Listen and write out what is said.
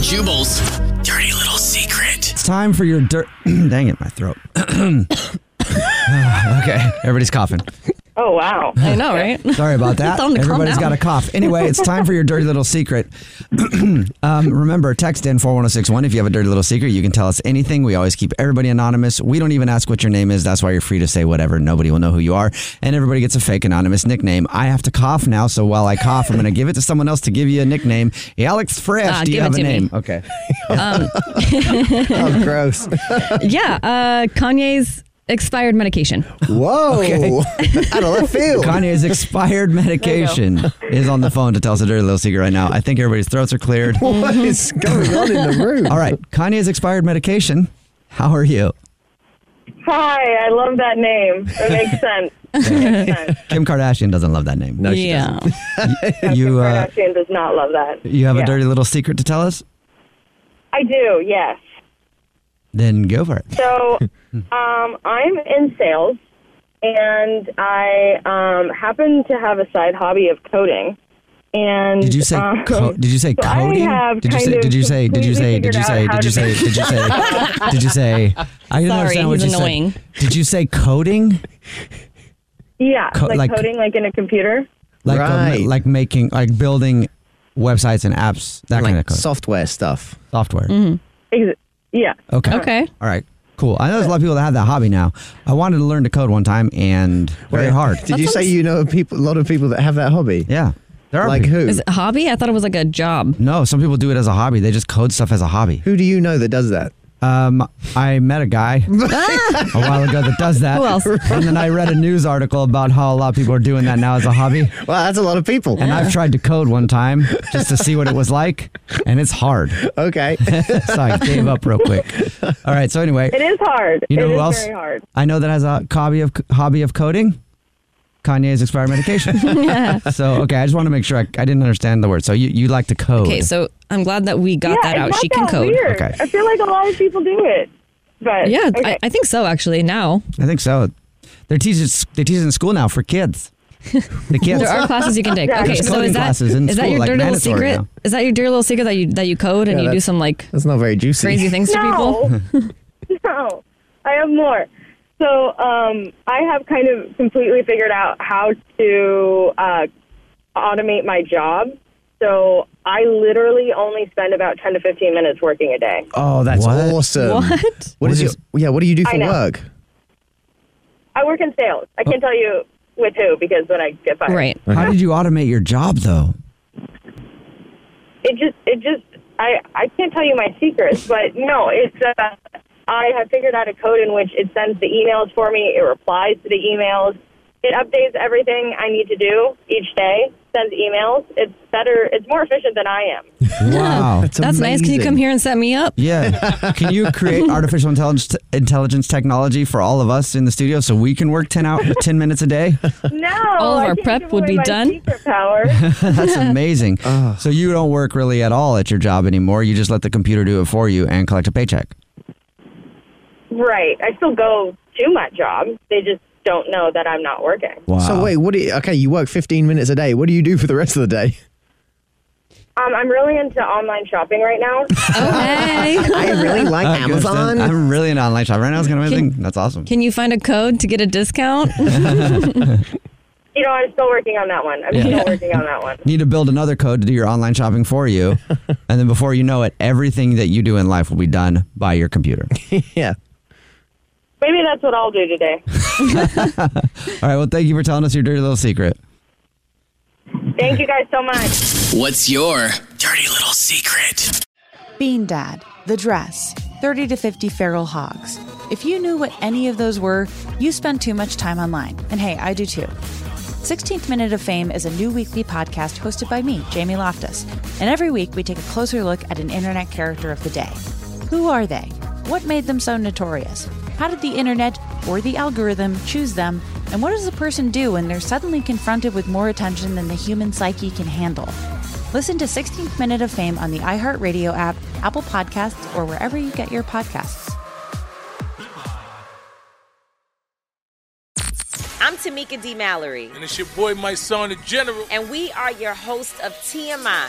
Jubal's dirty little secret. It's time for your dirt. Dang it, my throat. okay, everybody's coughing. Oh wow! I know, right? Sorry about that. Tell 'em to calm Everybody's down. got a cough. Anyway, it's time for your dirty little secret. um, remember, text in 41061 if you have a dirty little secret. You can tell us anything. We always keep everybody anonymous. We don't even ask what your name is. That's why you're free to say whatever. Nobody will know who you are. And everybody gets a fake anonymous nickname. I have to cough now, so while I cough, I'm going to give it to someone else to give you a nickname. Alex Fresh, Ah, do you have give it a to me. name? Okay. Um, oh, gross. yeah, uh, Kanye's expired medication. Whoa. Out of left field. Oh. Kanye's expired medication is on the phone to tell us a dirty little secret right now. I think everybody's throats are cleared. What is going on in the room? All right, Kanye's expired medication. How are you? Hi, I love that name. It makes sense. It makes sense. Kim Kardashian doesn't love that name. No, yeah. you uh, Kardashian does not love that. you have a Yeah. dirty little secret to tell us? I do. Yes. Then go for it. So, um, I'm in sales, and I um, happen to have a side hobby of coding. And Did you say um, co- did you say so I coding? have did you kind say of did you say did you say did you say did you say completely did you say did you say I didn't Sorry, understand what he's you annoying. said. Did you say coding? Yeah, Co- like, like- coding, like in a computer. Like um, Right. like making like building websites and apps that kind of Like code. software stuff. software. Ex- Yeah. Okay. Okay. All right. Cool. I know there's a lot of people that have that hobby now. I wanted to learn to code one time and very Wait, hard. Did you say you know people? A lot of people that have that hobby. Yeah. There are Like people- who? Is it a hobby? I thought it was like a job. No, some people do it as a hobby. They just code stuff as a hobby. Who do you know that does that? Um, I met a guy a while ago that does that. Who else? And then I read a news article about how a lot of people are doing that now as a hobby. Well, that's a lot of people. And I've tried to code one time just to see what it was like, and it's hard. okay. so I gave up real quick. All right. So anyway, It is hard. you know It who is else Very hard. I know that has a hobby of hobby of coding? Kanye's expired medication. So okay, I just want to make sure I, I didn't understand the word. So you, you like to code? Okay, so I'm glad that we got yeah, that out. It's not She that can code. Weird. Okay. I feel like a lot of people do it. But Yeah, okay. I, I think so actually now. I think so. They're teaching they teach in school now for kids. The kids. There are classes you can take. Yeah, Okay, there's so coding is that, classes in is that school, your like dirty little mandatory secret? now. Is that your dirty little secret that you that you code and you do that's- some like That's not very juicy. crazy things to people? no, no, I have more. So um, I have kind of completely figured out how to uh, automate my job. So I literally only spend about ten to fifteen minutes working a day. Oh, that's What? awesome. What? What is What your? is- Yeah. What do you do I for know. work? I work in sales. I can't tell you with who because then I get fired. Oh. Right. How did you automate your job though? it just it just I I can't tell you my secrets, but no, it's uh, I have figured out a code in which it sends the emails for me, it replies to the emails, it updates everything I need to do each day, sends emails. It's better, it's more efficient than I am. Wow. That's nice. Can you come here and set me up? Yeah. Can you create artificial intelligence intelligence technology for all of us in the studio so we can work 10 out 10 minutes a day? No, All of I our can't prep give would away be my done? Secret power. That's amazing. so you don't work really at all at your job anymore. You just let the computer do it for you and collect a paycheck. Right. I still go to my job. They just don't know that I'm not working. Wow. So wait, what do you? Okay, you work 15 minutes a day. What do you do for the rest of the day? Um, I'm really into online shopping right now. Okay. I really like I understand. I'm really an online shop right now. It's kind of my Can- thing. That's awesome. Can you find a code to get a discount? you know, I'm still working on that one. I'm Yeah. still working on that one. Need to build another code to do your online shopping for you, and then before you know it, everything that you do in life will be done by your computer. yeah. Maybe that's what I'll do today. All right. Well, thank you for telling us your dirty little secret. Thank you guys so much. What's your dirty little secret? Bean Dad, The Dress, 30 to 50 Feral Hogs. If you knew what any of those were, you spend too much time online. And hey, I do too. 16th Minute of Fame is a new weekly podcast hosted by me, Jamie Loftus. And every week we take a closer look at an internet character of the day. Who are they? What made them so notorious? How did the internet or the algorithm choose them? And what does a person do when they're suddenly confronted with more attention than the human psyche can handle? Listen to 16th Minute of Fame on the iHeartRadio app, Apple Podcasts, or wherever you get your podcasts. I'm Tamika D. Mallory, And it's your boy, my son, the general. and we are your hosts of TMI.